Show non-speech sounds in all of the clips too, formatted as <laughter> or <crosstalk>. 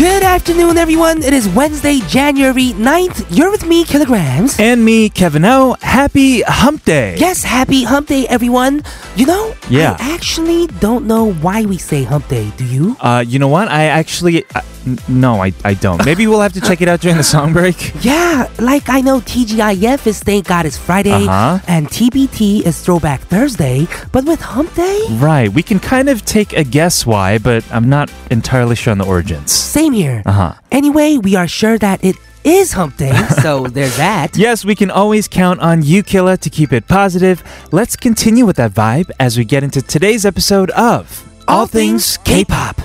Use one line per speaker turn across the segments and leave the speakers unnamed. afternoon, everyone. It is Wednesday, January 9th. You're with me, Kilograms.
And me, Kevin O. Happy Hump Day.
Yes, happy hump day, everyone. You know,
Yeah.
I actually don't know why we say hump day, do you?
Uh, you know what? I actually, I- n- no, I, I don't. Maybe we'll have to check it out during the song break.
Yeah, like I know TGIF is Thank God It's Friday,
Uh-huh.
and TBT is Throwback Thursday, but with hump day?
Right. We can kind of take a guess why, but I'm not entirely sure on the origins.
Same here.
Uh huh.
Anyway, we are sure that it is hump day,
<laughs>
so there's that.
Yes, we can always count on you, Killa, to keep it positive. Let's continue with that vibe as we get into today's episode of
All Things K-Pop.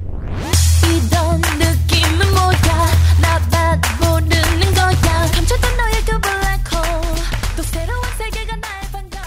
이런 느낌은 뭐야 나만 모르는 거야 감췄던 너의 그 블랙홀 또 새로운 세계가 날 반겨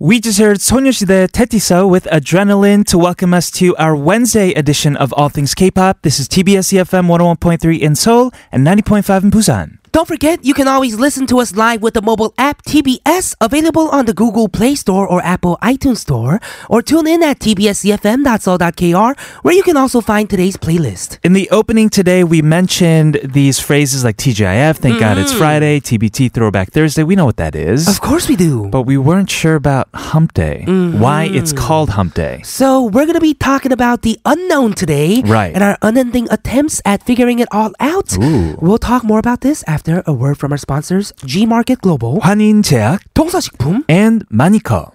We just heard 소녀시대 Tetiso with Adrenaline to welcome us to our Wednesday edition of All Things K-Pop. This is TBS EFM 101.3 in Seoul and 90.5 in Busan.
Don't forget, you can always listen to us live with the mobile app TBS, available on the Google Play Store or Apple iTunes Store, or tune in at tbscfm.so.kr, where you can also find today's playlist.
In the opening today, we mentioned these phrases like TGIF, thank God it's Friday, TBT, Throwback Thursday. We know what that
Of
is.
course we do.
But we weren't sure about Hump Day, why it's called Hump Day.
So we're gonna be talking about the unknown today,
Right.
And our unending attempts at figuring it all out.
Ooh.
We'll talk more about this after a word from our sponsors, G Market Global,
환인 제약
동서식품.
and Maniko.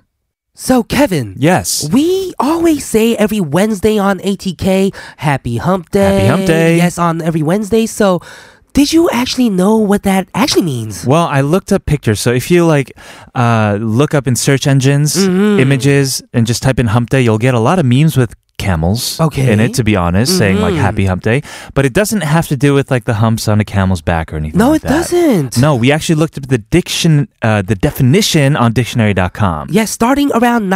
So Kevin,
Yes.
We always say every Wednesday on ATK, Happy Hump Day.
Happy Hump Day.
Yes, on every Wednesday. So, did you actually know what that actually means?
Well, I looked up pictures. So if you like uh, look up in search engines
Mm-hmm.
images and just type in hump day, you'll get a lot of memes with camels
Okay. Mm-hmm.
in it to be honest saying like happy hump day but it doesn't have to do with like the humps on a camel's back or anything
No,
like
it
that.
doesn't.
no we actually looked up the diction uh, the definition on dictionary.com
Yes, starting around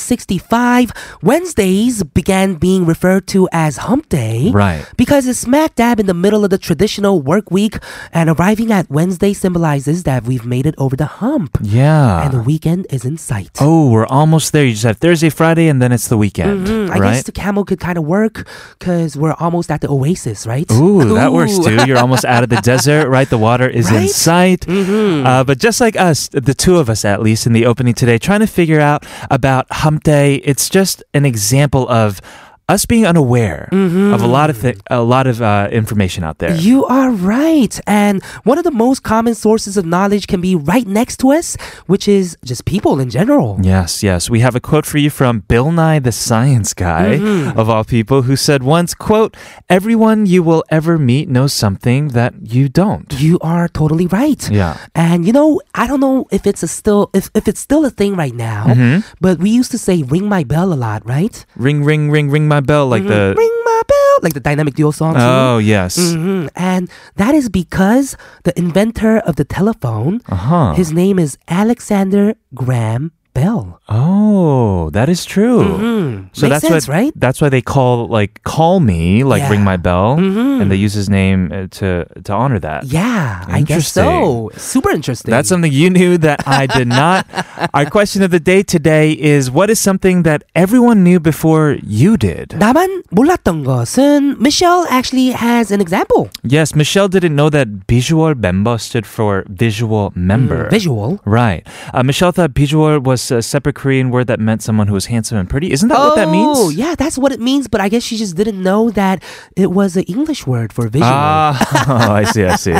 1965, Wednesdays began being referred to as Hump Day.
Right.
Because it's smack dab in the middle of the traditional work week, and arriving at Wednesday symbolizes that we've made it over the hump.
yeah
And the weekend is in sight.
Ah. oh we're almost there you just have thursday friday and then it's the weekend
Mm, I
right
guess the camel could kind of work because we're almost at the oasis, right?
Ooh, that works too. You're almost out
<laughs>
of the desert, right? The water is in
Right? Mm-hmm.
sight. Uh, but just like us, the two of us at least in the opening today, trying to figure out about Hump Day. It's just an example of us being unaware
Mm-hmm.
of a lot of th- a lot of uh, information out there.
You are right. And one of the most common sources of knowledge can be right next to us, which is just people in general.
Yes, yes. We have a quote for you from Bill Nye the Science Guy
Mm-hmm.
of all people who said once, quote, "Everyone you will ever meet knows something that you don't."
You are totally right.
Yeah.
And you know, I don't know if it's a still if, if it's still a thing right now,
Mm-hmm.
but we used to say ring my bell a lot, right?
Ring ring ring ring my bell like the
Mm-hmm. ring my bell, like the dynamic duo song. too.
Uh, Oh, yes.
Mhm. And that is because the inventor of the telephone,
Uh-huh.
his name is Alexander Graham Bell.
Oh, that is true. So
Mm-hmm. Makes
that's
sense,
what,
right?
That's why they call like call me like
Yeah. Mm-hmm.
ring my bell, and they use his name uh, to to honor that.
Yeah, I guess so. Super interesting.
Uh, That's something you knew that I did
<laughs>
not. Our question of the day today is what is something that everyone knew before you
<laughs>
did?
나만 몰랐던 것은 Michelle actually has an example.
Yes, Michelle didn't know that visual member stood for visual member.
Mm, Visual.
Right. Uh, Michelle thought visual was a separate Korean word that meant someone who was handsome and pretty. Isn't that what that means?
Oh, yeah, that's what it means. But I guess she just didn't know that it was an English word for visual.
Ah, <laughs> I see, I see.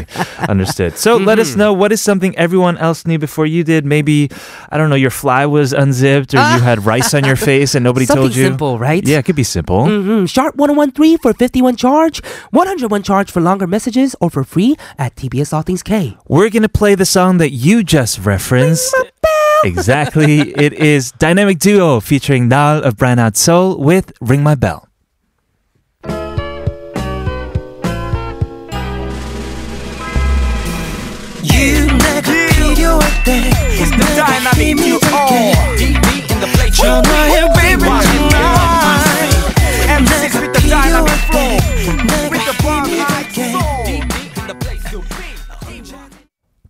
Understood. So let us
Mm-hmm.
know what is something everyone else knew before you did. Maybe, I don't know, your fly was unzipped or
<laughs>
you had rice on your face and nobody
Something
told you.
simple, right?
Yeah, it could be simple.
Mm, Sharp 1013 for 51 charge, 101 charge for longer messages, or for free at TBS All Things K.
We're going to play the song that you just referenced. exactly. It is Dynamic Duo featuring Nal of Brand Out Soul with Ring My Bell.
아, You 내게 필요할 때
It's the dynamic you own. DB in the place.
전화해 baby tonight
M6 with the dynamic flow. With the bar high
내게
soul. DB in the place to be.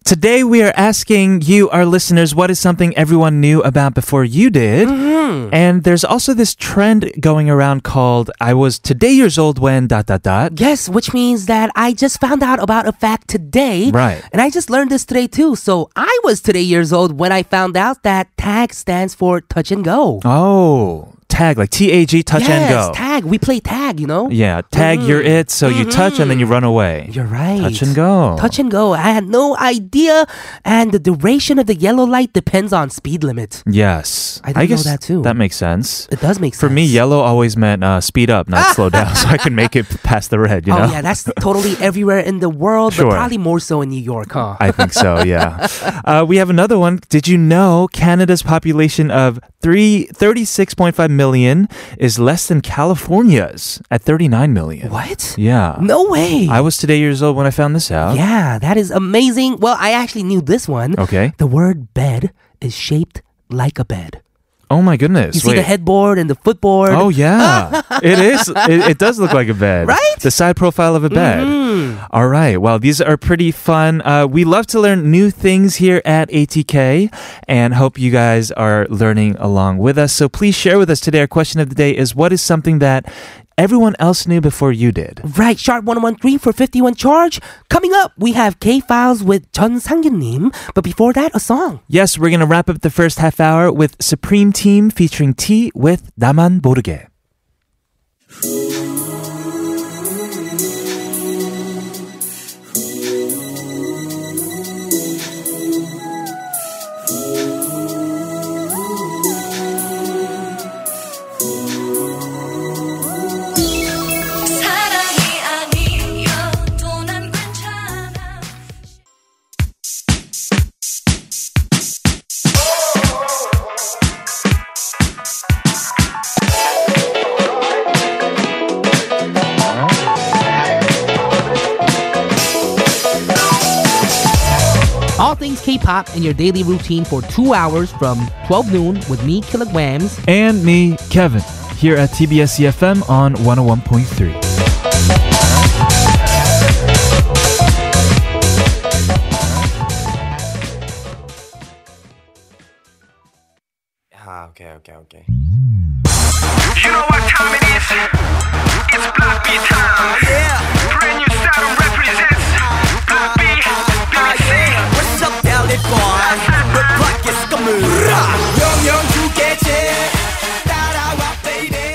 Today, we are asking you, our listeners, what is something everyone knew about before you did?
Mm-hmm.
And there's also this trend going around called I was today years old when dot dot dot.
Yes, which means that I just found out about a fact today.
Right.
And I just learned this today too. So I was today years old when I found out that tag stands for touch and go.
Oh, tag, like T A G, touch
yes,
and go.
tag. We play tag, you know?
yeah, tag, you're it. So you touch and then you run away.
You're right.
Touch and go.
Touch and go. I had no idea. And the duration of the yellow light depends on speed limit.
Yes.
I didn't know
guess
that too.
That makes sense.
It does make sense.
For me, yellow always meant uh, speed up, not slow down, so I can make it <laughs> past the red, you know?
Oh, yeah, that's
<laughs>
totally everywhere in the world,
Sure.
but probably more so in New York, huh?
I think so, yeah. Uh, we have another one. Did you know Canada's population of three, 36.5 million is less than California's at 39 million?
what?
Yeah.
No way.
I was today years old when I found this out.
yeah, that is amazing. Well, I actually knew this one.
Okay.
The word bed is shaped like a bed.
Oh my goodness.
You see the
Wait.
headboard and the footboard.
Oh yeah, it is. It, it does look like a bed,
Right?
The side profile of a bed. All right. Well, these are pretty fun. Uh, we love to learn new things here at ATK, and hope you guys are learning along with us. So please share with us today. Our question of the day is: What is something that everyone else knew before you did?
Right, sharp 1013 for 51 charge. Coming up, we have K Files with Chun Sang-gyun-nim. But before that, a song.
Yes, we're gonna wrap up the first half hour with Supreme Team featuring T with 나만 모르게.
사랑이 아니어도 난 괜찮아
All things K-pop in your daily routine for two hours from 12 noon with me, Kilograms.
and me, Kevin, here at TBS EFM E on 101.3.
Ah, okay, okay, okay.
You know what time it is? It's Block B time. Yeah. Brand new style represents Block B. Block C.
What's up, California? The clock is coming. 영영 주겠지. 따라와, baby.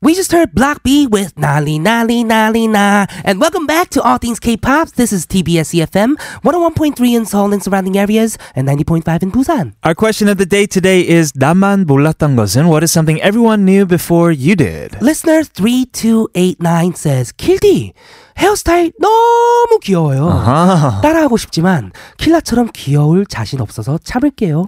We just heard Block B with Nali Nali Nali Na. And welcome back to All Things K-Pop. This is TBS EFM, 101.3 in Seoul and surrounding areas, and 90.5 in Busan.
Our question of the day today is 나만 몰랐던 것은 what is something everyone knew before you did?
Listener 3289 says, 킬디, 헤어스타일 너무 귀여워요.
Uh-huh.
따라하고 싶지만, 킬라처럼 귀여울 자신 없어서 참을게요.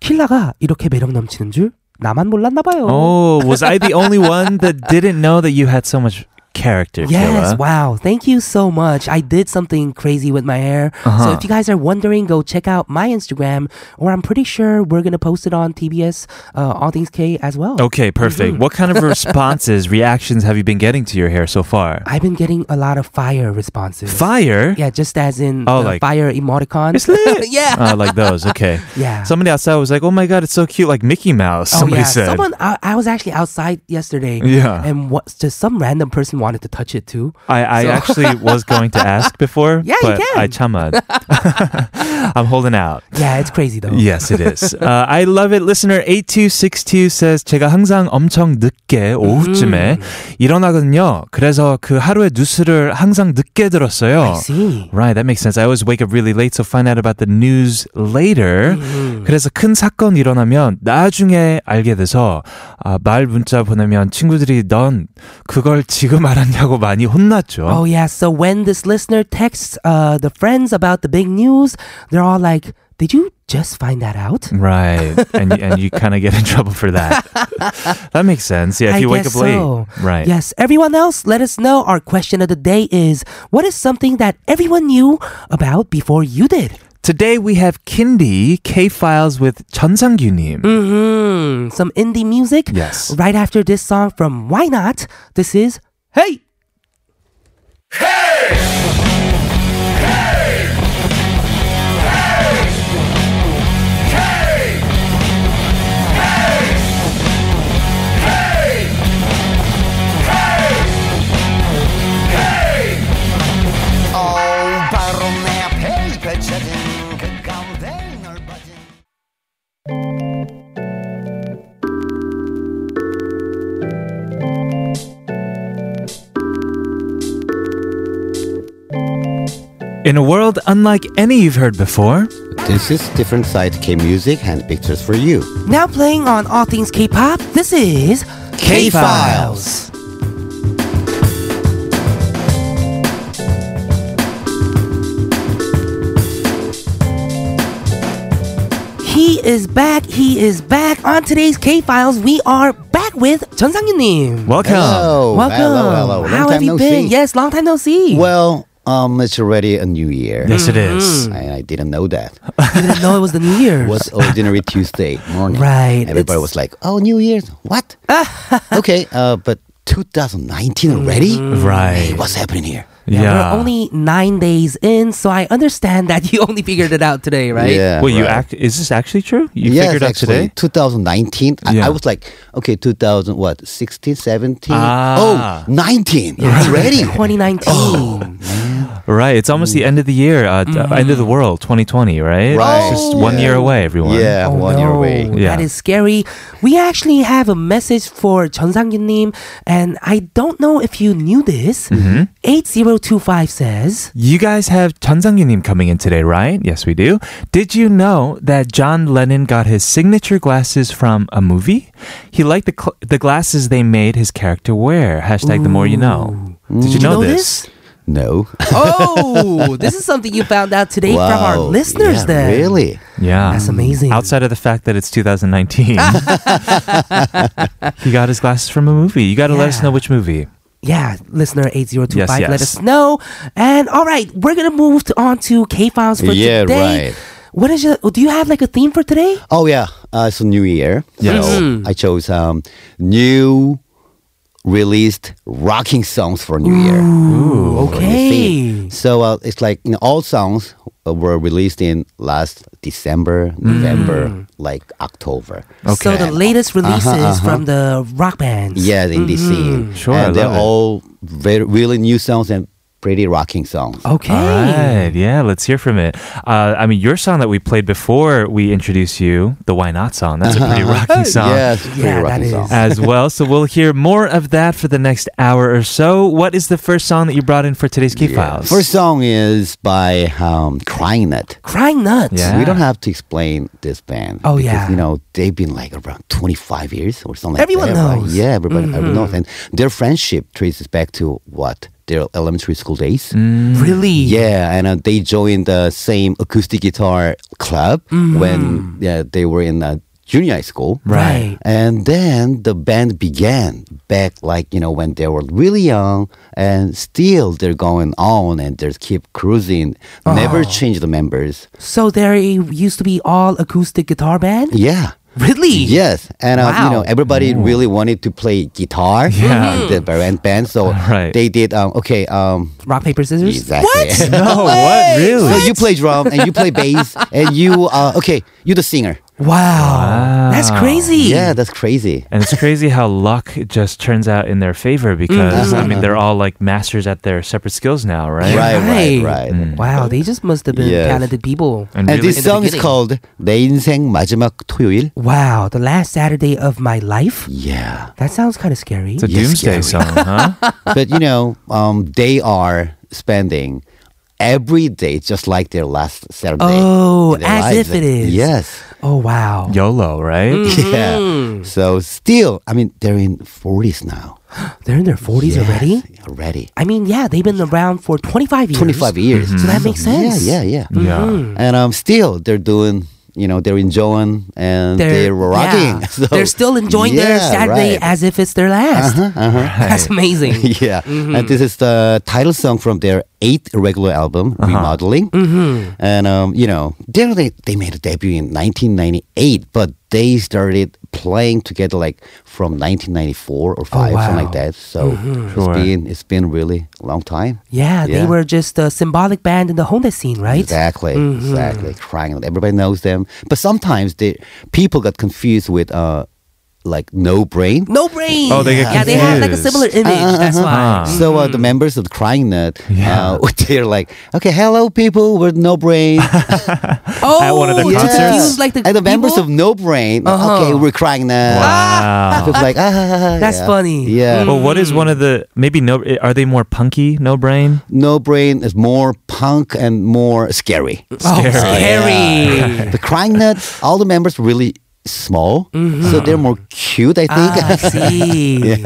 킬라가 이렇게 매력 넘치는 줄 나만 몰랐나봐요.
Oh, was I
<laughs>
the only one that didn't know that you had so much character,
Yes,
Killa?
wow. Thank you so much. I did something crazy with my hair. So if you guys are wondering, go check out my Instagram, or I'm pretty sure we're going to post it on TBS uh, All Things K as well.
Okay, perfect.
Mm-hmm.
What kind
<laughs>
of responses, reactions have you been getting to your hair so far?
I've been getting a lot of fire responses.
Fire?
yeah, just as in
Oh,
the
like-
fire emoticon.
It's
<laughs>
lit.
yeah.
Ah, like those. Okay.
<laughs> Yeah.
Somebody outside was like, "Oh my god, it's so cute, like Mickey Mouse." Somebody
oh, yeah.
said.
Someone, I, I was actually outside yesterday.
Yeah.
And what, just some random person wanted to touch it too.
I, I
So-
actually was going
<laughs>
to ask before,
Yeah, you
but
can. <laughs>
I chamad. <laughs> I'm holding out.
Yeah, it's crazy though.
Yes,
<laughs>
it is. Uh, I love it. Listener 8262 says 제가 항상 엄청 늦게
음.
오후쯤에 일어나거든요. 그래서 그 하루의 뉴스를 항상 늦게 들었어요.
I see.
Right, that makes sense. I always wake up really late, so find out about the news later.
음.
그래서 큰 사건 일어나면 나중에 알게 돼서 아, 말 문자 보내면 친구들이 넌 그걸 지금 알았냐고 많이 혼났죠.
Oh yeah, so when this listener texts uh, the friends about the big news, they're all like, Did you just find that out?
Right. and and you kind of get in <laughs> trouble for that. that makes sense. Yeah, if
I
you wake up
guess so.
late. Right.
Yes. Everyone else, let us know. Our question of the day is what is something that everyone knew about before you did?
Today we have Kindy K Files with Chun Sang nim
Mm.
Hmm, some indie music.
Yes.
Right after this song from Why Not, this is Hey!
어, 바로 내 앞에 펼쳐진 그 가운데 넓어진
In a world unlike any you've heard before,
This is different side K music hand pictures for you.
Now playing on All Things K pop, this is
K-Files.
He is back. He is back. On today's K Files, we are back with Chun Sang Yunim.
welcome.
Hello,
Welcome.
hello, hello. Long
How
time
have you
no
been?
see.
Yes, long time no
<laughs>
see.
Well, um, it's already a new year. Mm.
Yes, it is.
I, I didn't know that.
you didn't know it was the New Year.
It
<laughs>
was ordinary Tuesday morning.
Right,
Everybody
it's-
was like, "Oh, New Year's?
<laughs>
What?" okay, uh, but 2019 already?
Mm.
Hey,
Right.
what's happening here?
Yeah.
We're only nine days in, so I understand that you <laughs> only figured it out today, right?
Yeah.
Well, you
right.
act. Is this actually true? You
yes,
figured out
actually,
today.
2019. I,
Yeah.
I was like, okay, 2000, what, 16, 17?
Ah.
Oh, 19. It's
<laughs>
ready.
2019.
Oh.
Right. It's almost the end of the year. Uh, uh, End of the world. 2020. Right.
Mm-hmm.
It's
Right.
just one
Yeah.
year away. Everyone.
Yeah,
Oh,
one year away.
no. That
Yeah.
is scary. We actually have a message for Chun Sang-yunim, and I don't know if you knew this.
Mm-hmm.
8025 says,
You guys have Chun Sang nim coming in today, right? Yes, we do. Did you know that John Lennon got his signature glasses from a movie? He liked the cl- the glasses they made his character wear. Hashtag the more you know. Did you
Did you
know
know
this?
No.
<laughs>
Oh, this is something you found out today from our
Wow.
listeners
Yeah,
then.
Really?
Yeah.
That's amazing.
Outside of the fact that it's 2019, he got his glasses from a movie. You got to let us
Yeah.
know which movie.
Yeah, listener 8025,
Yes,
let
yes.
us know. And all right, we're going to move to, on to K Files for
Yeah,
today.
right.
What is your, do you have like a theme for today?
Oh, yeah. Uh, it's a new year.
Yes.
So I chose um, new released rocking songs for New Year. Ooh,
okay.
So uh, it's like you know, all songs uh, were released in last December, November, like October.
So the
And
latest releases from the rock bands.
Uh-huh, Yeah, in this scene.
Sure, I
And they're
love it.
all very, really new songs and pretty rocking songs.
Okay.
All right. Yeah, let's hear from it. Uh, I mean, your song that we played before we introduced you, the Why Not song, that's a pretty rocking song.
Yes, pretty
Yeah, that
rocking
is.
songs.
As well, so we'll hear more of that for the next hour or so. What is the first song that you brought in for today's Key Files?
First song is by um, Crying Nut.
Crying Nuts.
Yeah.
We don't have to explain this band.
Ah. Oh,
because,
yeah.
You know, they've been like around 25 years or something
Everyone
like that. right?
knows. Mm-hmm.
Yeah, everybody everyone knows. And their friendship traces back to what? Their elementary school days.
Mm. Really?
Mm. Yeah, and uh, they joined the same acoustic guitar club when yeah, they were in uh, junior high school.
Mm-hmm. Right.
And then the band began back, like, you know, when they were really young, and still they're going on and they keep cruising, never
Oh.
change the members.
So there used to be all acoustic guitar band?
Yeah.
Really?
Yes, and uh, you know
Wow.
everybody really wanted to play guitar.
Mm. Yeah.
in the band band. So
<laughs> Right.
they did. Um, okay, um,
Rock, paper, scissors?
exactly. <laughs>
no, what? Really?
so you play drum and you play
<laughs>
bass and you uh, okay, you the singer.
Wow. That's crazy.
Yeah, that's crazy.
And it's crazy how luck just turns out in their favor
Mm-hmm.
because, I mean, they're all like masters at their separate skills now, right?
Right, right, right.
Wow, they just must have been
Yes.
talented people.
Mm. And,
And
really,
this song is
beginning.
called 내 인생 마지막 토요일.
Wow, the last Saturday of my life?
Yeah,
That sounds kind of scary.
it's a
Yes,
doomsday
Gary.
song, huh?
<laughs> but you know um, they are spending every day just like their last Saturday.
Oh,
in their
as
lives.
if it is.
Yes. <laughs>
oh, wow.
YOLO, right?
Mm.
Mm-hmm. Yeah. So still, I mean, they're in 40s now.
They're in their 40s
Yes,
already?
Already.
I mean, yeah, they've been around for 25 years.
25 years.
So that makes sense.
Yeah, yeah, yeah.
Yeah.
And um, still, they're doing, you know, they're enjoying and they're, rocking.
yeah.
<laughs> So-
they're still enjoying their
Yeah,
Saturday
right. Uh-huh,
as if it's their last. That's amazing.
<laughs> yeah, and this is the title song from their eighth regular album, Remodeling. Mm-hmm. And um, you know, they, they they made a debut in 1998, but they started playing together like from 1994 or five, something
wow.
like that. So
Sure.
it's been it's been really long time.
yeah, they
Yeah.
were just a symbolic band in the Honda scene, right?
Exactly,
Mm-hmm.
exactly. Crying out. Everybody knows them, but sometimes they people got confused with uh, like no brain.
No brain.
Oh, they get
yeah, they have like a
confused.
similar
Uh-huh.
image.
Uh-huh.
That's why.
So
Mm-hmm.
uh, the members of the Crying Nut,
Yeah.
uh, <laughs> they're like, okay, hello people with no
<laughs>
brain.
Oh,
At one of their
you
concerts?
confused, like the,
and the members
people? Uh-huh.
of No Brain, uh, okay, we're Crying Nut.
Wow.
It's like, ah, ah, ah, ah,
That's
yeah.
funny. Mm.
Yeah,
Well, what is one of the maybe no? Are they more punky? No brain.
No Brain is more punk and more scary.
Oh, <laughs> scary.
the Crying Nut, all the members really small, so they're more cute, I think.
Mm-hmm. Ah, I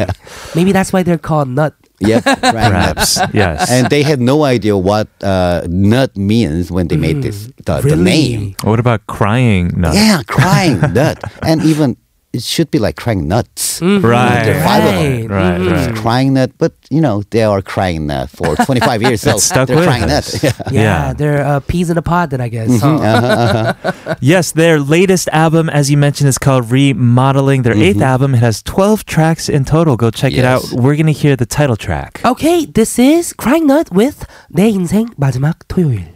see. Maybe that's why they're called nut.
<laughs>
<laughs>
yep, Crying Nut.
Perhaps.
<laughs>
yes.
And they had no idea what uh, nut means when they made this
Mm.
the, the
Really?
name.
what about crying? No.
Yeah, crying nut. And even it should be like crying nuts.
Right.
There are five
Right.
of them.
Mm-hmm.
Mm-hmm.
Right.
It's Crying nut, but you know, they are crying
<laughs>
nut for 25 years. So
That's stuck
they're
with
crying
us.
nut. <laughs> Yeah. Mm-hmm.
Yeah,
Yeah.
they're uh, peas in a pod, then I guess.
Yes, their latest album, as you mentioned, is called Remodeling. Their eighth album. It has 12 tracks in total. Go check it out.
Mm-hmm. Yes. Oh,
We're going to hear the title track.
Okay, this is Crying Nut with 내 인생 마지막 토요일.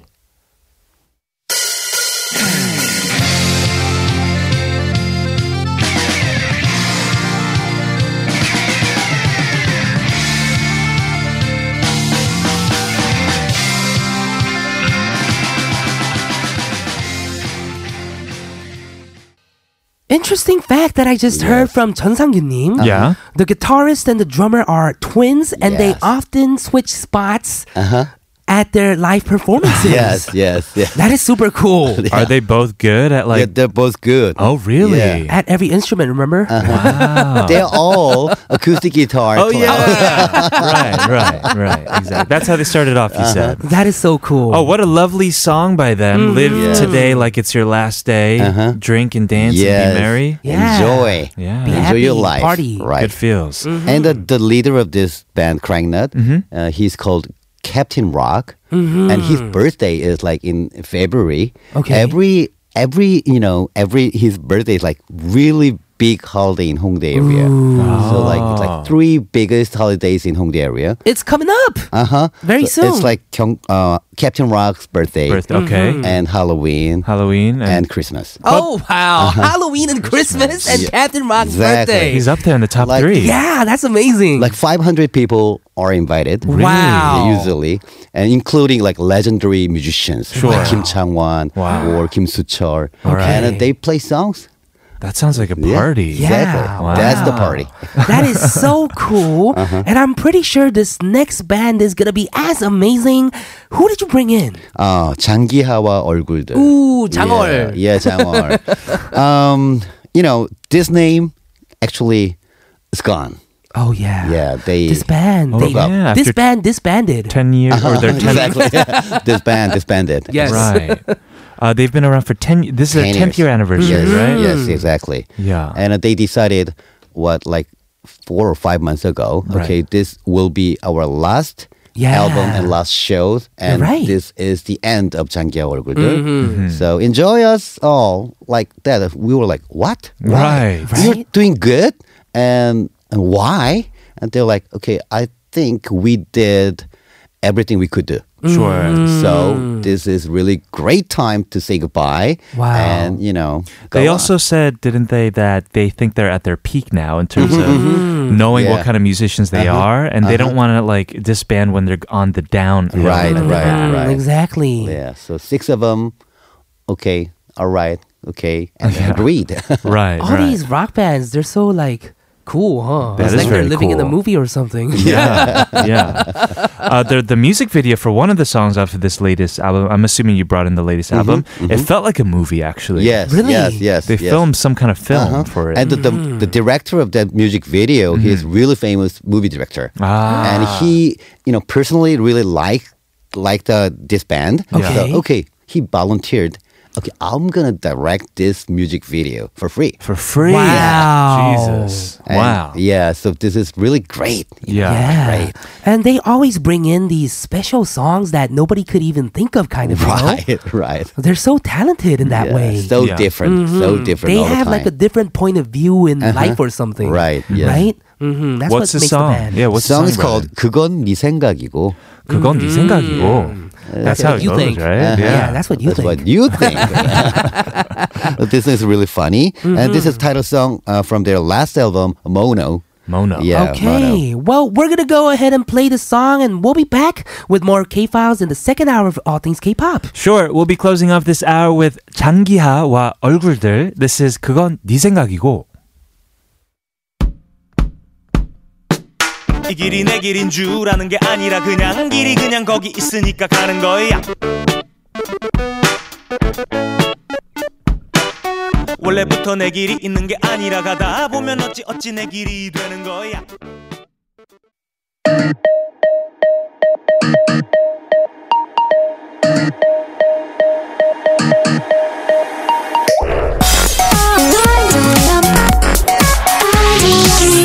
Interesting fact that I just heard from 전상규님.
Yeah.
The guitarist and the drummer are twins, and they
Yes. Uh-huh.
often switch spots at their live performances.
<laughs> Yes, yes, yes.
That is super cool.
Are they both good at
Yeah,
like?
they're both good.
oh, really?
<laughs> Yeah. Uh-huh.
At every instrument, remember?
They're all acoustic guitar.
Oh
players.
yeah, <laughs> right, right, right. Exactly. That's how they started off. You said.
That is so cool.
Uh-huh.
Oh, what a lovely song by them. Live today like it's your last day. Drink and dance and
Uh-huh. Yes.
be merry.
Yeah.
Enjoy.
Yeah.
Be
Enjoy
Enjoy
happy,
your life.
Party.
Right.
Good feels.
Mm-hmm. And the, the leader of this band, Crank Nut,
Mm-hmm.
uh, he's called Captain Rock, and his birthday is like in February.
Okay.
Every every you know every his birthday is like really big holiday in Hongdae area. So like it's
Ah.
like three biggest holidays in Hongdae area.
It's coming up.
Uh huh.
Very soon.
It's like Kyung- uh, Captain Rock's birthday,
Birthday. Okay.
and Halloween
Halloween and,
and Christmas.
oh, wow. Halloween and Christmas and
Uh-huh. Yeah.
Captain Rock's
Exactly.
birthday.
he's up there in the top
Like-
three.
Yeah, that's amazing.
Like 500 people are invited.
Wow.
usually, and including like legendary musicians like Kim Chang Wan
Wow.
or Kim Soo Chul,
right.
and they play songs.
That sounds like a
Yeah,
party.
exactly.
Wow.
That's the party.
<laughs> That is
<laughs>
so cool.
Uh-huh.
And I'm pretty sure this next band is going to be as amazing. Who did you bring in?
Uh, 장기하와 얼굴들.
Ooh, 장월.
Yeah, yeah 장월. um, you know this name actually is gone.
Oh, yeah.
Yeah, they <laughs>
This band. they,
yeah,
This
after-
band disbanded.
Ten years or their ten.
Uh-huh. exactly <laughs> this band disbanded.
Yes.
Right. Uh, they've been around for ten. This is their
10
tenth
years.
year anniversary,
Yes,
right?
yes, exactly.
Yeah.
And uh, they decided what like four or five months ago.
Right.
Okay, this will be our last
Yeah.
album and last shows, and
right.
this is the end of 장기야 얼굴들.
Mm-hmm.
So enjoy us all like that. We were like, what? Why?
Right.
You're doing good, and and why? And they're like, okay, I think we did everything we could do.
Sure. Mm.
So this is really great time to say goodbye.
Wow.
And you know, go
They
on.
also said, didn't they, that they think they're at their peak now in terms of knowing what
Mm-hmm, Yeah. Uh-huh.
kind of musicians they are, and they don't want to like disband when they're on the down.
Right, right,
Mm,
right.
Exactly.
Yeah. So six of them. Okay.
<laughs>
All right. Okay. And agreed. <laughs>
right,
All
right.
these rock bands, they're so like Cool, huh?
That
it's like
is
they're
very
living in a
cool.
movie or something.
<laughs>
Yeah, yeah. Uh, the the music video for one of the songs off of this latest album. I'm assuming you brought in the latest album. It felt like a movie, actually.
Mm-hmm, Yes,
Really?
yes, yes.
they
yes.
filmed some kind of film
Uh-huh.
for it. Hmm. Mm-hmm.
And the, the, the director of that music video, he is really famous movie director.
Ah.
And he, you know, personally really liked liked uh, this band.
Okay.
So, okay, he volunteered. Okay, I'm gonna direct this music video for free.
for <laughs> free.
Wow.
Jesus.
And
wow.
Yeah, so this is really great.
Yeah.
Yeah.
Right.
And they always bring in these special songs that nobody could even think of, kind of. you know?
<laughs> Right, right.
They're so talented in that
Yeah,
way.
So
Yeah.
different. So
Mm-hmm.
different.
they
all the
have like a
time.
different point of view in life or something.
Right, yes.
Right? hmm That's
What's
what
the
makes
song?
the band.
yeah, what's
song
the
is called 그건 네 생각이고.
그건 네 생각이고. That's how
what
it
you
goes,
think.
right?
Uh-huh.
Yeah, that's what you
That's
think. <laughs>
what you think. this is really funny, and this
Mm-hmm.
is title song uh, from their last album, Mono.
Mono.
Yeah, Mono.
okay. Well, we're going to go ahead and play the song, and we'll be back with more K Files in the second hour of All Things K pop.
Sure, we'll be closing off this hour with 장기하와 얼굴들. This is 그건 네 생각이고.
이 길이 내 길인 줄 아는 게 아니라 그냥 길이 그냥 거기 있으니까 가는 거야 원래부터 내 길이 있는 게 아니라 가다 보면 어찌 어찌 내 길이 되는 거야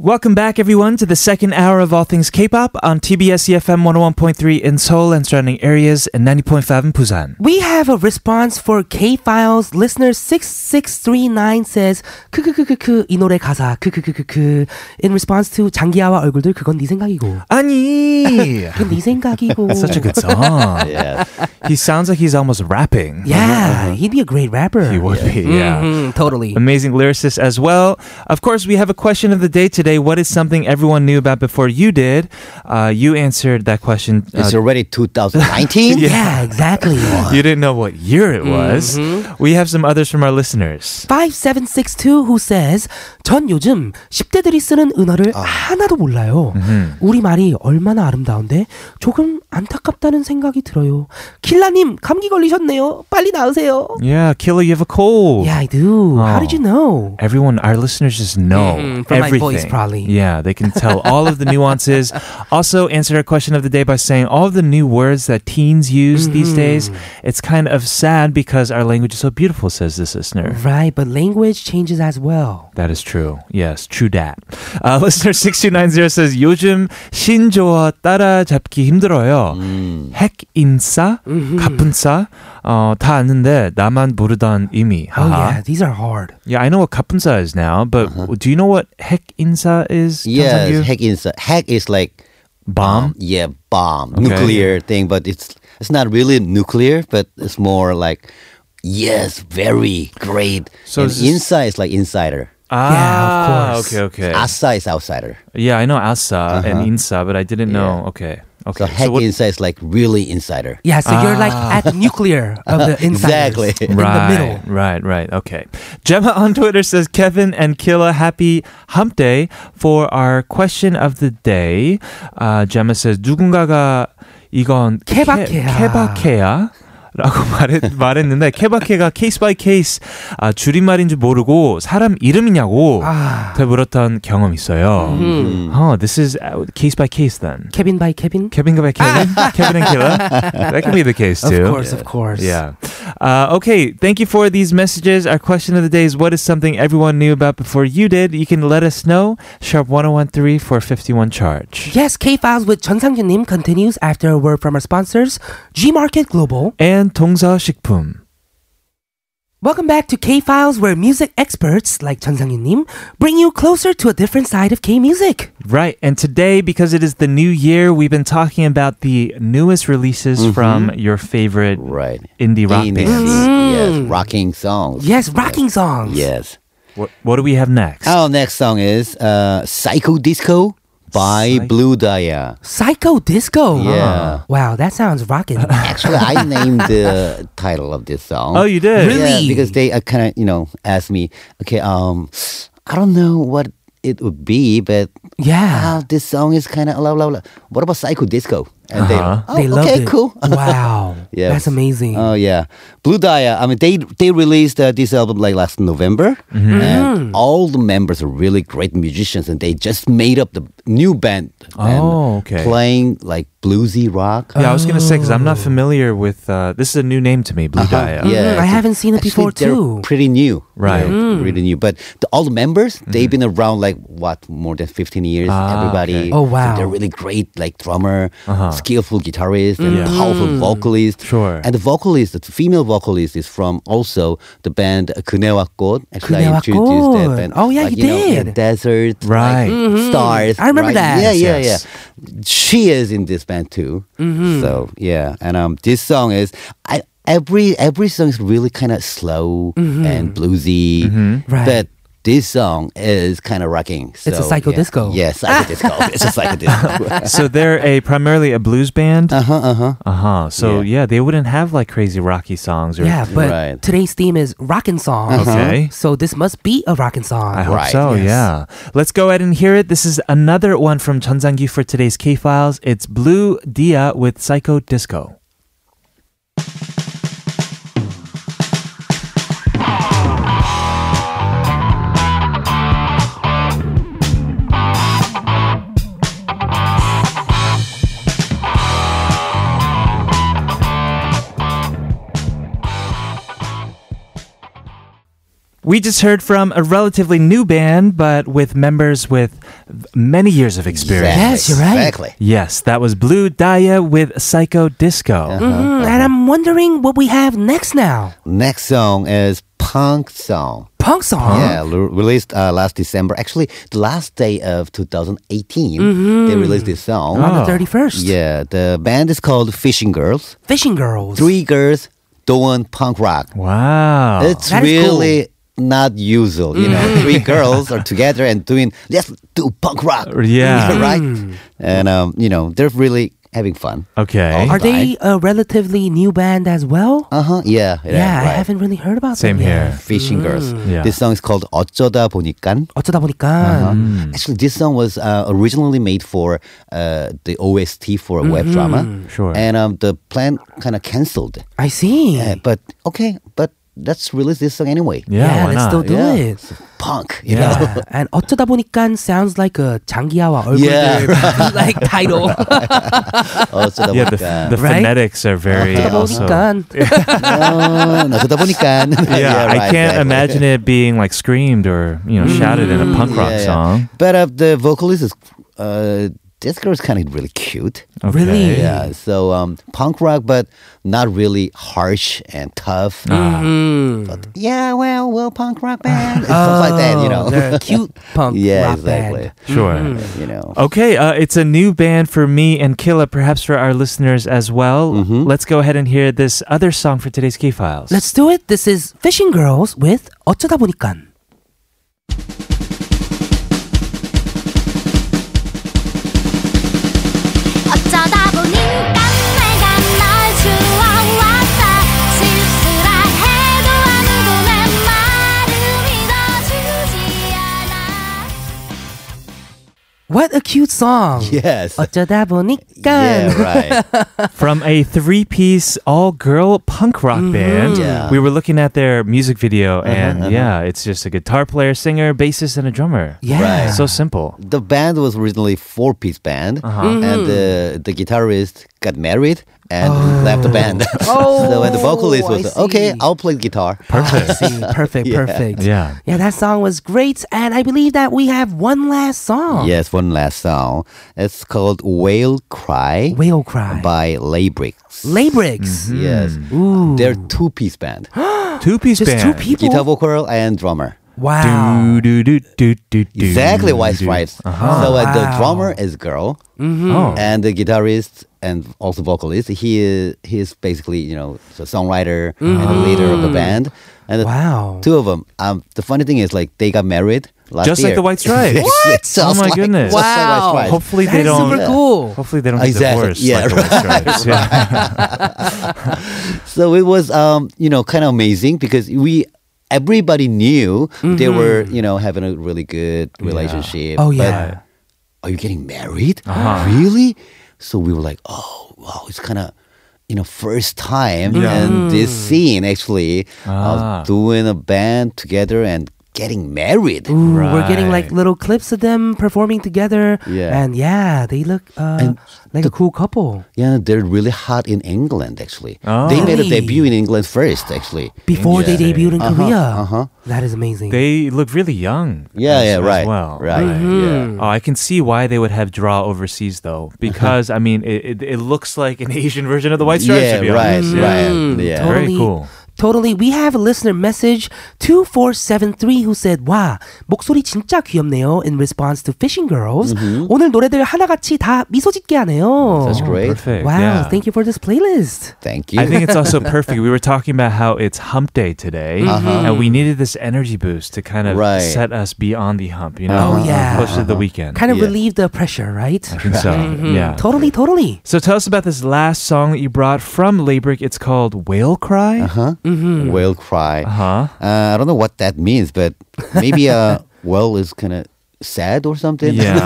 Welcome back, everyone, to the second hour of All Things K-pop on TBS EFM 101.3 in Seoul and surrounding areas and 90.5 in Busan.
We have a response for K Files. Listener 6639 says, 크크크크크, 이 노래 가사, 크크크크크. In response to 장기하와 얼굴들, 그건 네 생각이고.
<laughs> 아니.
그건 네 생각이고.
<laughs> Such a good <laughs> song.
Yeah.
He sounds like he's almost rapping.
Yeah, he'd be a great rapper.
Uh-huh. He would be, yeah.
Mhm, totally.
<laughs> Amazing lyricist as well. Of course, we have a question of the day today. What is something everyone knew about before you did? Uh, you answered that question.
It's
uh, <laughs>
already 2019.
Yeah, exactly.
you didn't know what year it was.
Mm-hmm.
We have some others from our listeners.
5762 who says 전 요즘 10대들이 쓰는 은어를
아.
하나도 몰라요. 우리말이 얼마나 아름다운데 조금 안타깝다는 생각이 들어요. 킬라님 감기 걸리셨네요. 빨리 나으세요.
Yeah, Killer, you have a cold.
Yeah, I do.
아.
How did you know?
Everyone, our listeners just know
Mhm, from my
everything.
voice, probably.
Yeah, they
<laughs>
can tell all of the nuances. Also, answered our question of the day by saying all of the new words that teens use these days.
Mm-hmm.
It's kind of sad because our language is so beautiful, says this listener.
Right, but language changes as well.
That is true. Yes, true dat. Uh, <laughs> listener 6290 says, 요즘 신조어 따라잡기 힘들어요. 핵 인싸, 가분싸, 어, 다 아는데 나만 모르던 의미.
Oh
하하.
yeah, these are hard.
Yeah, I know what kapunsa is now, but
Uh-huh.
do you know what hek insa is?
Yes,
Kyungsan-gyu?
heck is heck is like uh,
bomb.
yeah bomb nuclear thing, but it's it's not really nuclear, but it's more like yes, very great.
So
So
is this-
inside is like insider.
Ah,
Yeah, of course.
Okay, okay.
Outside is outsider.
yeah, I know asa and
Uh-huh.
insa, but I didn't know. Okay, okay.
So heck
what-
inside is like really insider.
Yeah, so you're like at the nuclear of
<laughs>
the insiders
Exactly.
in the middle.
아. Right, right. Okay. Gemma on Twitter says, Kevin and Killa, happy hump day for our question of the day. Uh, Gemma says, 누군가가 이건 케-
케바케야.
케바케야? 라고 <laughs> 말했, 말했는데 케바케가 케이스 바이 케이스 아, 줄임말인 줄 모르고 사람 이름이냐고 되물었던 경험 있어요. Oh, this is uh, case by case then.
Kevin by Kevin?
Kevin by
<laughs>
Kevin, Kevin and Killa. That could be the case
Of
too.
course, of course.
Yeah. Uh, okay. Thank you for these messages. Our question of the day is what is something everyone knew about before you did? You can let us know. Sharp 1013 for 51 charge.
Yes, K Files with 전상준님 continues after a word from our sponsors, G Market Global,
And 동서 식품.
Welcome back to K Files, where music experts like Chun Sang Nim bring you closer to a different side of K music.
Right. And today, because it is the new year, we've been talking about the newest releases from your favorite
Mm-hmm. Right.
indie rock
Indie, Mm-hmm.
bands.
Mm.
Yes, rocking songs.
Yes, rocking songs.
Yes.
What, what do we have next?
Our next song is uh, Psycho Disco by
Psycho-
Blue Daya.
Psycho disco.
Yeah.
Wow, that sounds
<laughs>
rocking.
<laughs>
Actually, I named the title of this song.
Oh, you did?
Really?
Yeah, because they uh, kind of, you know, asked me, okay, um, I don't know what it would be, but
yeah.
ah, this song is kind of blah, blah, blah. What about Psycho Disco? And
Uh-huh.
they, oh,
they loved
okay,
it.
cool.
<laughs> wow.
Yeah.
That's amazing.
Oh yeah, Blue Daya. I mean, they they released uh, this album like last November,
Mm-hmm.
Mm-hmm.
and all the members are really great musicians, and they just made up the new band. and
Oh, okay.
Playing like bluesy rock.
yeah, I was going to say, because I'm
Oh.
not familiar with uh, this is a new name to me, Blue
Uh-huh.
Dia.
Mm, I haven't seen it before,
Actually, they're
too. Mm.
Pretty new,
Right. Mm-hmm.
you know, Really new. But the, all the members, they've been around like what more than fifteen years.
Ah,
Everybody.
Oh,
So
wow.
they're really great, like drummer, skillful guitarist, and
Mm.
powerful vocalist.
Uh-huh. Sure.
And the vocalist, the female vocalist, is from also the band Kunewa God. Actually, I introduced that
Kunewa-gon.
band.
Oh, yeah,
like,
you
know, in
did. Mm-hmm.
desert, like,
Right.
stars.
I remember
right?
that.
Yeah, yeah,
Yes, yes.
yeah she is in this band too.
Mm-hmm.
So yeah, and um, this song is I every every song is really kind of slow and bluesy,
Mm-hmm. Right.
but this song is kind of rocking.
It's a
So,
psycho
yeah.
disco.
Yeah, psycho
<laughs>
disco. It's a psycho disco.
so they're a primarily a blues band. Uh huh. Uh huh. Uh huh. So yeah.
Uh-huh, Yeah.
they wouldn't have like crazy rocky songs or
yeah, but
Right.
today's theme is rockin' songs. Uh-huh.
Okay.
So this must be a rockin' song.
I hope
Right,
so.
yes.
Yeah. Let's go ahead and hear it. This is another one from Chun Sang-gi for today's K Files. It's Blue Dia with Psycho Disco. We just heard from a relatively new band, but with members with many years of experience.
Yes, you're right.
Exactly.
Yes, that was Blue Dia with Psycho Disco.
Mm,
Uh-huh.
And I'm wondering what we have next now.
Next song is punk song.
Punk song.
Yeah, re- released uh, last December. Actually, the last day of 2018, they
Mm-hmm.
released this song.
Oh.
On the 31st.
Yeah, the band is called Fishing Girls.
Fishing Girls.
Three girls doing punk rock.
Wow.
It's
That is cool. Mm-hmm.
really not usual, you know.
<laughs>
Three girls are together and doing let's do punk rock,
Uh, Yeah.
<laughs> right?
Mm.
And um, you know, they're really having fun.
okay.
Oh.
Are they a relatively new band as well?
Uh huh. Yeah, yeah.
yeah, I
right.
haven't Mm. really heard about
Same
them.
here.
Fishing Girls.
Yeah.
This song is called 어쩌다 보니깐.
어쩌다 보니까
Uh-huh.
Mm.
Actually, this song was uh, originally made for uh, the OST for a web
Mm-hmm.
drama.
Sure.
And um, the plan kind of canceled.
I see.
Yeah,
Yeah,
but okay, but let's release this song anyway.
yeah, why
let's
not?
still do
Yeah.
it.
Punk, you <laughs> know.
yeah. <laughs>
Yeah, and 어쩌다 보니까 sounds like a 장기하와 얼굴들 <laughs>
<laughs> Yeah,
like
<laughs>
title.
어쩌다
Yeah, Oh, the,
보니까. <laughs>
the
Right?
phonetics are very
어쩌다
also.
보니까
어, 어쩌다 보니까.
<laughs>
<laughs>
Yeah, I
Uh, right,
can't
right.
imagine it being like screamed or you know shouted in a punk rock
Mm, Yeah, yeah.
song.
But uh, the vocalist is, uh, this girl's kind of really cute.
Okay.
really
Yeah, so um, punk rock, but not really harsh and tough.
Ah.
But yeah, well, we're punk rock band. Stuff like that,
Oh,
you know.
they're a cute punk
<laughs> yeah,
rock
exactly.
band.
Sure.
You know.
Okay, uh, it's a new band for me and Killa, perhaps for our listeners as well.
Mm-hmm.
Let's go ahead and hear this other song for today's Key Files.
Let's do it. This is Fishing Girls with 어쩌다 보니까.
어쩌다 보니까 내가 널 주워왔다 실수라 해도 아무도 내 말을 믿어주지 않아
What a cute song.
Yes.
어쩌다 보니까. <laughs>
Yeah,
<laughs>
right.
From a three piece all girl punk rock band.
Mm-hmm. Yeah. Uh-huh,
We were looking at their music video, and yeah, it's just a guitar player, singer, bassist, and a drummer.
Yeah.
Right.
So simple.
the band was originally four piece band,
Uh-huh.
and
Mm-hmm.
the the guitarist got married and left the
<laughs>
band. <laughs> so and the vocalist
Oh, I
was okay.
see.
I'll play guitar.
Perfect.
<laughs>
perfect, perfect.
Yeah.
<gasps>
Yeah, that song was great. And I believe that we have one last song.
Yes, one last song. It's called Whale Cry
Whale Cry. Mm.
by Laybricks.
Laybricks.
Yes,
Ooh. <gasps>
they're two piece band.
Two piece
Just
band.
two people.
guitar vocal and drummer.
Wow.
Do, do, do, do, do, do,
Exactly,
do. Uh-huh.
White Stripes. So uh, the
Wow.
drummer is girl,
Oh.
and the guitarist and also vocalist. He is he is basically you know the songwriter and the leader of the
Mm-hmm.
band. And the
Wow.
two of them. Um, the funny thing is like they got married last
Just
year.
like the White
<laughs>
Stripes.
what?
Oh my goodness.
Wow.
Hopefully
That
they
is
don't.
super cool.
Hopefully they don't get
Exactly.
divorced.
Yeah,
like the White Stripes.
<laughs>
Yeah.
So it was, um, you know, kind of amazing because we everybody knew they were, you know, having a really good relationship.
Mm-hmm. Oh,
But,
yeah. Uh-huh.
are you getting married? Really? So we were like, oh wow, it's kind of. You know, first time and this
Mm-hmm.
scene actually
Ah.
of doing a band together and getting married.
Ooh, We're getting like
Right.
little clips of them performing together.
Yeah.
And yeah, they look uh,
And
like a cool couple.
Yeah, they're really hot in England actually.
Oh.
They made a
Really?
debut in England first actually.
Before they debuted
Interesting.
in Korea.
uh-huh.
That is amazing.
They look really young. as-
Yeah, yeah,
as
right,
well.
right, yeah.
Mm-hmm.
Oh, I can see why they would have draw overseas
<laughs>
though, because I mean, it, it, it looks like an Asian version of the White Stripes. to
Yeah,
be
right,
honest.
Mm-hmm.
right. Yeah.
Very cool.
Totally. We have a listener message 2473 who said, 와, 목소리 진짜 귀엽네요. In response to Fishing Girls. 오늘 노래들 하나같이 다 미소 짓게 하네요.
Mm-hmm. That's great.
Oh, Perfect.
Wow,
yeah.
thank you for this playlist.
Thank you.
I think it's
<laughs>
also perfect. We were talking about how it's hump day today, and we needed this energy boost to kind of
Uh-huh. Right.
set us beyond the hump, you
Oh,
know?
yeah.
Close to the weekend.
Kind of
Yeah.
relieve the pressure, right? Mm-hmm.
I think so. Yeah.
Totally, totally.
So tell us about this last song that you brought from Labrick. It's called Whale Cry. Uh-huh.
Whale cry.
Uh-huh.
Huh?
Uh, I don't know what that means, but maybe uh, whale is kind of sad or something.
Yeah.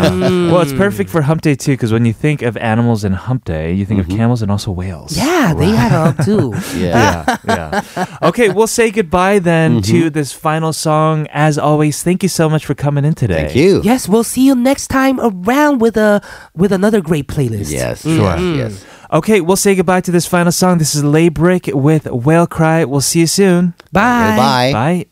well, it's perfect for hump day too, because when you think of animals in hump day, you think of camels and also whales.
Yeah, they had a up
<laughs>
too.
<laughs> yeah.
Yeah, yeah. Okay, we'll say goodbye then to this final song. As always, thank you so much for coming in today.
Thank you.
yes, we'll see you next time around with a with another great playlist.
Yes. Sure. Yes.
Okay, we'll say goodbye to this final song. This is Lay Brick with Whale Cry. We'll see you soon.
Bye.
Goodbye.
Bye.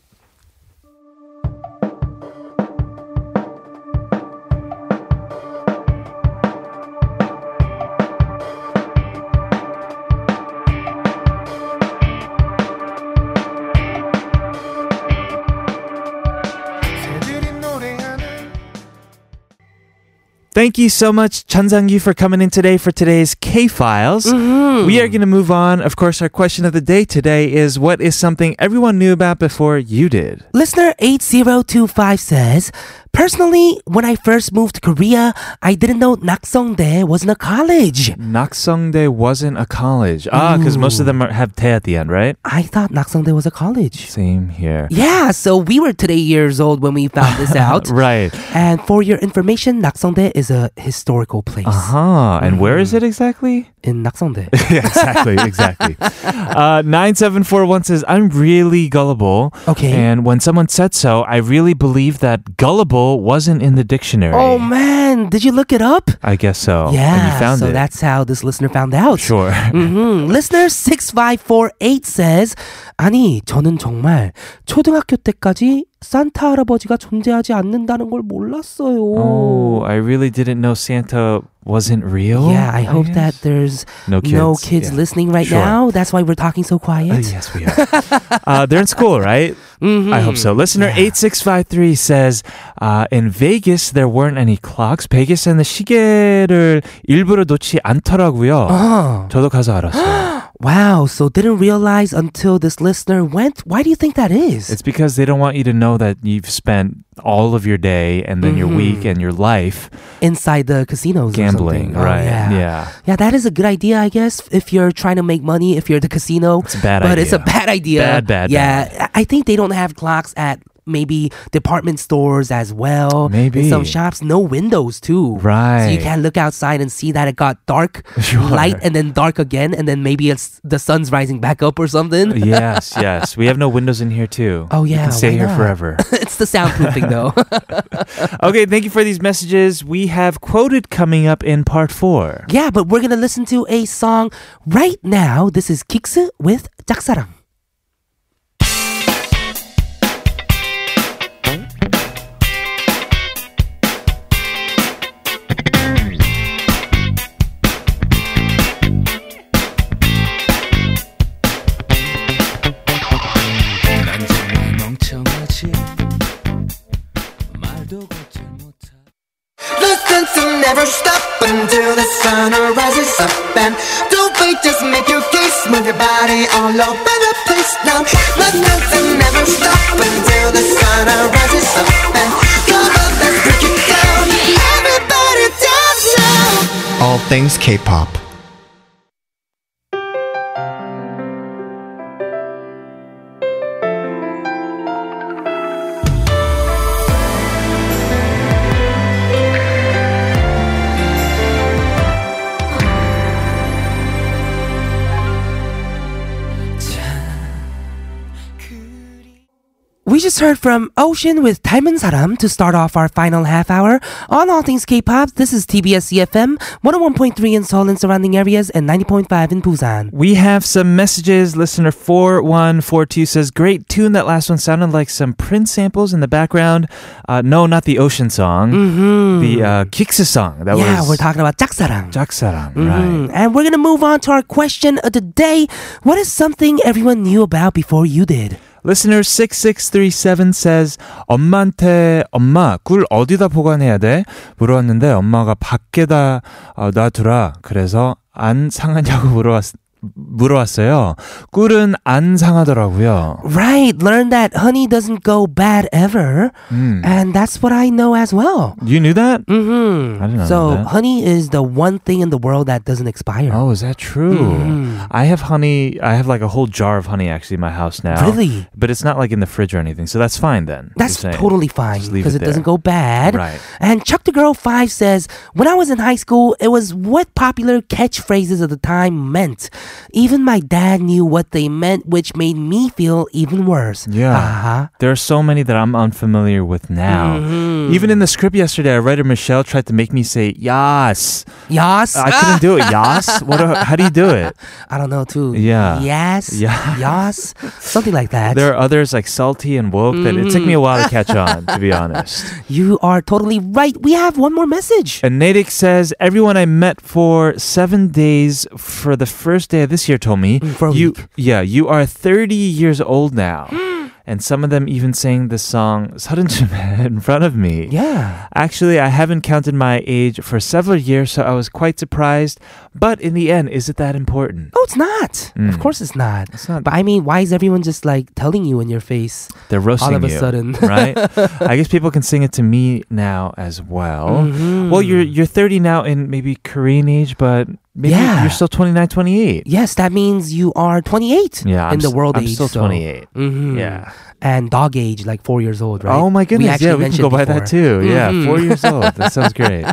Thank you so much, Chun Sang Yu, for coming in today for today's K Files. We are going to move on. Of course, our question of the day today is what is something everyone knew about before you did?
Listener 8025 says, Personally, when I first moved to Korea, I didn't know Naksongdae wasn't a college.
Naksongdae wasn't a college. Ah, because most of them are, have te at the end, right?
I thought Naksongdae was a college.
Same here.
Yeah, so we were today years old when we found
<laughs>
this out.
Right.
And for your information, Naksongdae is a historical place
Uh huh. And where is it exactly?
in Naksongdae.
yeah, exactly, exactly. <laughs> uh, 9741 says, I'm really gullible.
Okay.
And when someone said so, I really believe that gullible wasn't in the dictionary.
oh man, did you look it up?
I guess so. Oh, And
yeah,
you found
so
it.
that's Mm. how this listener found out. <laughs>
Sure.
음, listener 6548 says 아니 저는 정말 초등학교 때까지 산타 할아버지가 존재하지 않는다는 걸 몰랐어요.
Oh, I really didn't know Santa wasn't real.
yeah, I hope that
guess.
there's
No kids, yeah.
listening right
Sure.
now. That's why we're talking so
Uh,
quiet.
yes, we are. uh, they're in school, right?
Mm-hmm.
I hope so. Listener 8653 says, uh, in Vegas, there weren't any clocks. 베이스에는 시계를 일부러 놓지 않더라고요.
Oh,
저도 가서 알았어요.
<gasps> wow. So didn't realize until this listener went. Why do you think that is?
It's because they don't want you to know that you've spent all of your day and then your week and your life
inside the casinos.
gambling,
or Mm-hmm. something. Oh,
right?
yeah. Yeah, that is a good idea, I guess. If you're trying to make money, if you're the casino, it's
a bad
But it's a
idea.
bad idea.
Bad, bad,
Yeah, I I think they don't have clocks at maybe department stores as well.
Maybe.
in some shops, no windows too. So you
Right.
can't look outside and see that it got dark,
<laughs> Sure.
light, and then dark again, and then maybe it's the sun's rising back up or something.
yes, yes. We have no windows in here too.
Oh,
You
yeah,
can stay
why
here
not? <laughs>
forever.
<laughs> it's the soundproofing
<laughs>
though. <laughs>
okay, thank you for these messages. We have quoted coming up in part four.
yeah, but we're gonna listen to a song right now. This is Kiksu with Jaksarang.
그
until the sun rises up and don't wait, just make your case. Move your body all over the place now. Let nothing never stop until the sun rises up and come on, let's break it down. Everybody dance now. All things K-pop.
We just heard from Ocean with Diamond Saram to start off our final half hour on All Things K-pop. This is TBS EFM 101.3 in Seoul and surrounding areas and 90.5 in Busan.
We have some messages. Listener 4142 says, Great tune. That last one sounded like some Prince samples in the background. Uh, no, not the Ocean song. The uh, Kiksa song. That
Mm-hmm. Yeah,
was
we're talking about 짝사랑.
Jaksaram,
Mm,
right?
And we're gonna move on to our question of the day. What is something everyone knew about before you did?
Listener 6637 says, 엄마한테, 엄마, 꿀 어디다 보관해야 돼? 물어봤는데 엄마가 밖에다 어, 놔두라. 그래서 안 상하냐고 <laughs> 물어봤, 물어봤어요. 꿀은 안 상하더라고요.
Right, learn that honey doesn't go bad ever,
Hmm.
and that's what I know as well.
You knew that?
Mm-hmm.
I didn't know
so
that.
honey is the one thing in the world that doesn't expire.
Oh, is that true?
Mm-hmm.
I have honey. I have like a whole jar of honey actually in my house now.
Really?
But it's not like in the fridge or anything, so that's fine then.
That's
you're saying.
totally fine
Just leave
because it,
it
doesn't
there.
go bad.
Right.
And Chuck the Girl 5 says, When I was in high school, it was what popular catchphrases of the time meant. Even my dad knew what they meant, which made me feel even worse.
Yeah.
Uh-huh.
There are so many that I'm unfamiliar with now.
Mm-hmm.
Even in the script yesterday, our writer Michelle tried to make me say yas.
Yas.
I couldn't do it.
<laughs>
Yas. What? do- how do you do it?
I don't know, too.
Yeah.
Yes.
Yeah.
Yas. Something like that.
There are others like salty and woke that it took me a
Mm.
while to catch on,
<laughs>
to be honest.
you are totally right. We have one more message.
And Natick says, everyone I met for seven days for the first day of this year told me,
for a
you,
week.
yeah, you are 30 years old now.
<gasps>
and some of them even sang the song 서른쯤에 in front of me.
Yeah.
Actually, I haven't counted my age for several years, so I was quite surprised. But in the end, is it that important?
Oh, it's not. Of course it's not.
Mm. It's not-
But I mean, why is everyone just like telling you in your face?
They're roasting
All of a
you,
sudden. <laughs>
right? I guess people can sing it to me now as well.
Mm-hmm.
Well, you're you're 30 now in maybe Korean age, but maybe
Yeah.
you're still 29, 28.
Yes, that means you are 28
Yeah,
in
I'm
the
s-
world
I'm
age.
still
so-
28.
Mhm.
Yeah.
And dog age, like four years old, right?
Oh my goodness!
actually
yeah, we can
mentioned
go by that
before. Mm-hmm.
too. Yeah, four years old. That
<laughs>
sounds great.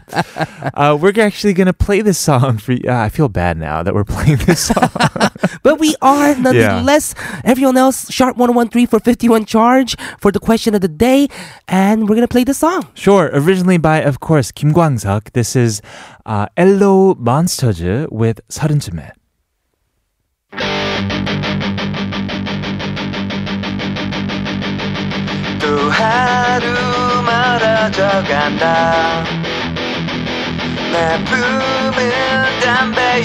uh, we're actually gonna play this song for. Uh, I feel bad now that we're playing this song.
But we
<laughs>
are nonetheless. Everyone else, sharp 1013 for 51 charge for the question of the day. And we're going to play this song.
sure, originally by of course Kim Kwang-suk. This is uh, Ello Monsters with 서른쯤에.
또 하루 멀어져 간다 내 품은 담배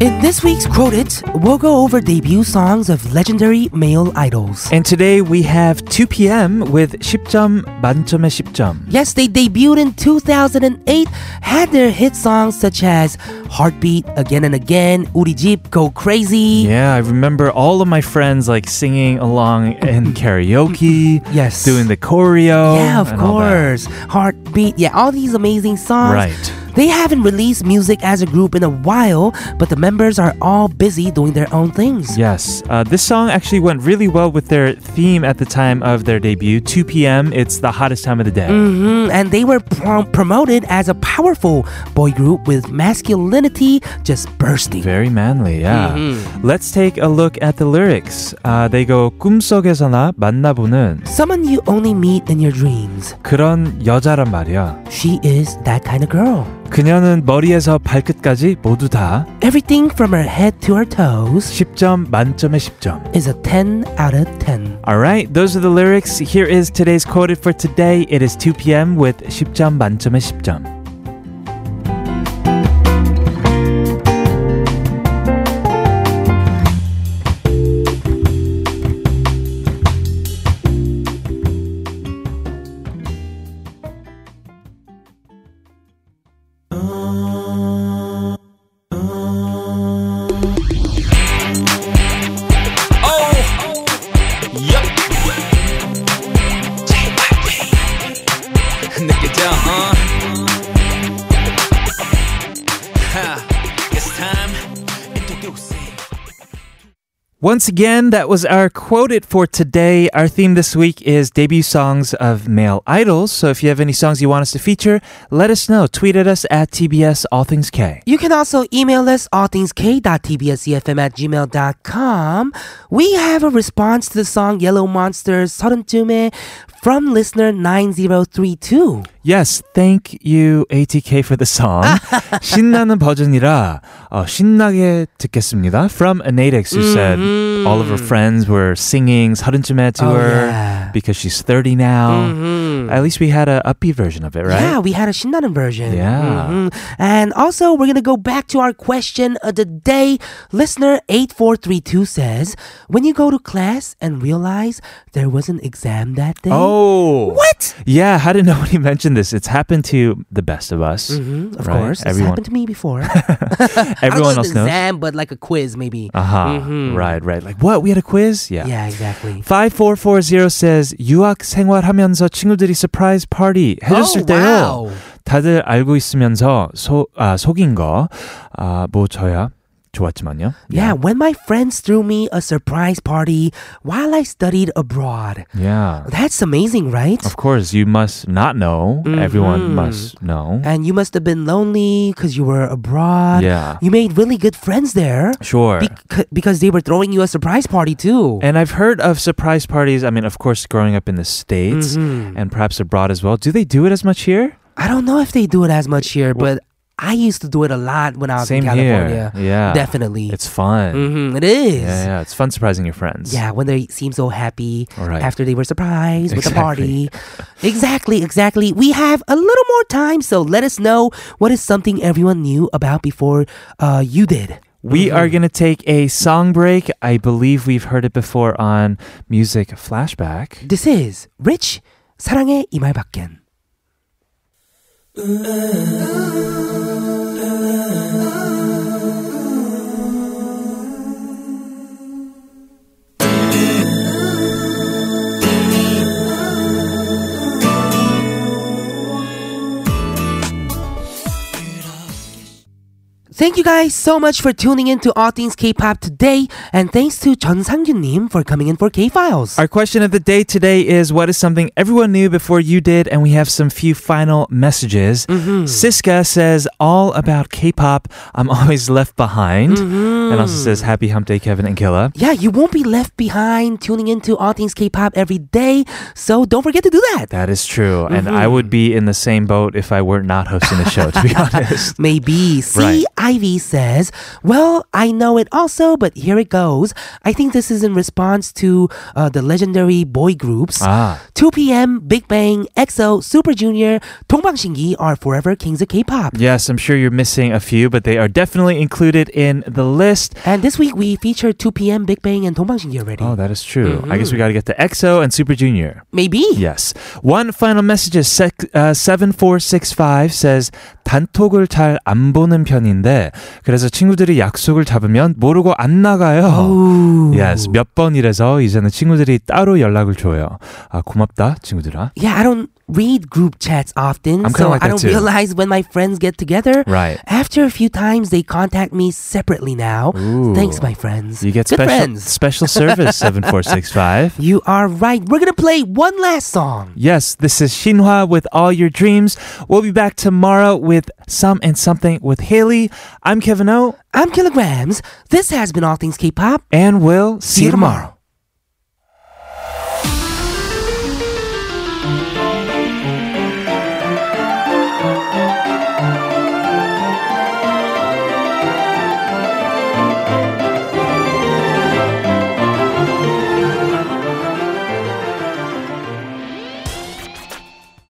In this week's Quote It, we'll go over debut songs of legendary male idols.
And today we have 2 p.m. with 10점 만점에 10점.
Yes, they debuted in 2008, had their hit songs such as Heartbeat, Again and Again, Uri Jeep, Go Crazy.
Yeah, I remember all of my friends like singing along in karaoke.
Yes.
Doing the choreo.
Yeah, of
and all that.
course. Heartbeat, yeah, all these amazing songs.
Right.
They haven't released music as a group in a while, but the members are all busy doing their own things.
Yes. Uh, this song actually went really well with their theme at the time of their debut 2 p.m. It's the hottest time of the day.
Mhm, and they were prom- promoted as a powerful boy group with masculinity just bursting.
Very manly, yeah. Let's take a look at the lyrics. Uh, they go 꿈속에서나 만나보는
Someone you only meet in your dreams.
그런 여자란 말이야.
She is that kind of girl.
그녀는 머리에서 발끝까지 모두 다
Everything from her head to her toes
10점 만점에 10점.
is a 10 out of 10.
All right, those are the lyrics. Here is today's quoted for today. It is 2 p.m. with 10점 만점에 10점.
느껴져 어? 하, It's time 인troducing
Once again, that was our quoted for today. Our theme this week is debut songs of male idols. So if you have any songs you want us to feature, let us know. Tweet at us at TBS All Things K.
You can also email us allthingsk.tbscfm e at gmail.com. We have a response to the song Yellow Monsters 서른쯤에 from listener 9032.
Yes, thank you ATK for
<laughs>
the song. 신나는 버전이라 어, 신나게 듣겠습니다. From Anadix, who said all of her friends were singing 서른쯤에 to
Mm-hmm. Oh,
her
yeah. Mm-hmm.
because she's 30 now. At least we had a upbeat version of it, right?
Yeah, we had a 신나는 version.
Yeah.
Mhm. And also, we're going to go back to our question of the day. Listener 8432 says, When you go to class and realize there was an exam that day.
Oh.
What?
Yeah, how did nobody mention this? It's happened to the best of us.
Mhm, Of
right?
course. It's
Everyone,
happened to me
<laughs>
before. I
everyone
don't know if
else
it's an
knows.
exam, but like a quiz, maybe.
Aha. Right, right. Like, what? We had a quiz? Yeah.
Mm-hmm. Yeah, exactly.
5440 says, 유학 생활하면서 친구들이 surprise party
Oh,
해줬을 때요.
wow.
다들 알고 있으면서 소, 아, 속인 거, 아, 뭐, 저야 좋았지만요.
Yeah, when my friends threw me a surprise party while I studied abroad.
Yeah.
That's amazing, right?
Of course, you must not know. Everyone
Mhm.
must know.
And you must have been lonely because you were abroad.
Yeah.
You made really good friends there.
Sure.
Bec- because they were throwing you a surprise party too.
And I've heard of surprise parties. I mean, of course, growing up in the States and perhaps abroad as well. Do they do it as much here?
I don't know if they do it as much here, but I used to do it a lot when I was
Same
in California.
here. Yeah.
Definitely.
It's fun.
Mhm, it is.
Yeah, yeah. It's fun surprising your friends.
Yeah, when they seem so happy
Right.
after they were surprised with the
Exactly.
party. <laughs> exactly, exactly. We have a little more time, so let us know what is something everyone knew about before uh, you did.
We are going to take a song break. I believe we've heard it before on Music Flashback.
This is Rich 사랑의 이말 밖엔. Thank you guys so much for tuning in to All Things K-pop today, and thanks to Chun Sang-gyun-nim for coming in for K-Files.
Our question of the day today is What is something everyone knew before you did? And we have some few final messages. Siska says, All about K pop. I'm <laughs> always left behind. And also says, Happy Hump Day, Kevin and Killa.
yeah, you won't be left behind tuning into all things K-pop every day. So don't forget to do that.
That is true. And I would be in the same boat if I were not hosting the show, to be honest.
Maybe. C.
Right.
Ivy says, Well, I know it also, but here it goes. I think this is in response to uh, the legendary boy groups.
Ah.
2 p.m., Big Bang, EXO, Super Junior, 동방신기 are forever kings of K-pop.
Yes, I'm sure you're missing a few, but they are definitely included in the list.
And this week we featured 2 p.m., Big Bang, and 동방신기 already.
Oh, that is true. I guess
Mm-hmm.
we got to get to EXO and Super Junior.
Maybe.
Yes. One final message is sec- uh, 7465 says 단톡을 잘 안 보는 편인데 그래서 친구들이 약속을 잡으면 모르고 안 나가요. Yes. 몇 번 이래서 이제는 친구들이 따로 연락을 줘요. 아, 고맙다, 친구들아.
Yeah, I don't read group chats often,
I'm kinda
so
like
I
that
don't
too.
realize when my friends get together.
Right.
After a few times, they contact me separately now. Thanks, my friends.
You get
Good
special
friends. <laughs>
special service 7465.
You are right. We're gonna play one last song.
Yes, this is Shinhwa with All Your Dreams. We'll be back tomorrow with Some and Something with Haley. I'm Kevin O,
I'm Kilograms. This has been All Things K-pop.
and we'll see,
See you tomorrow.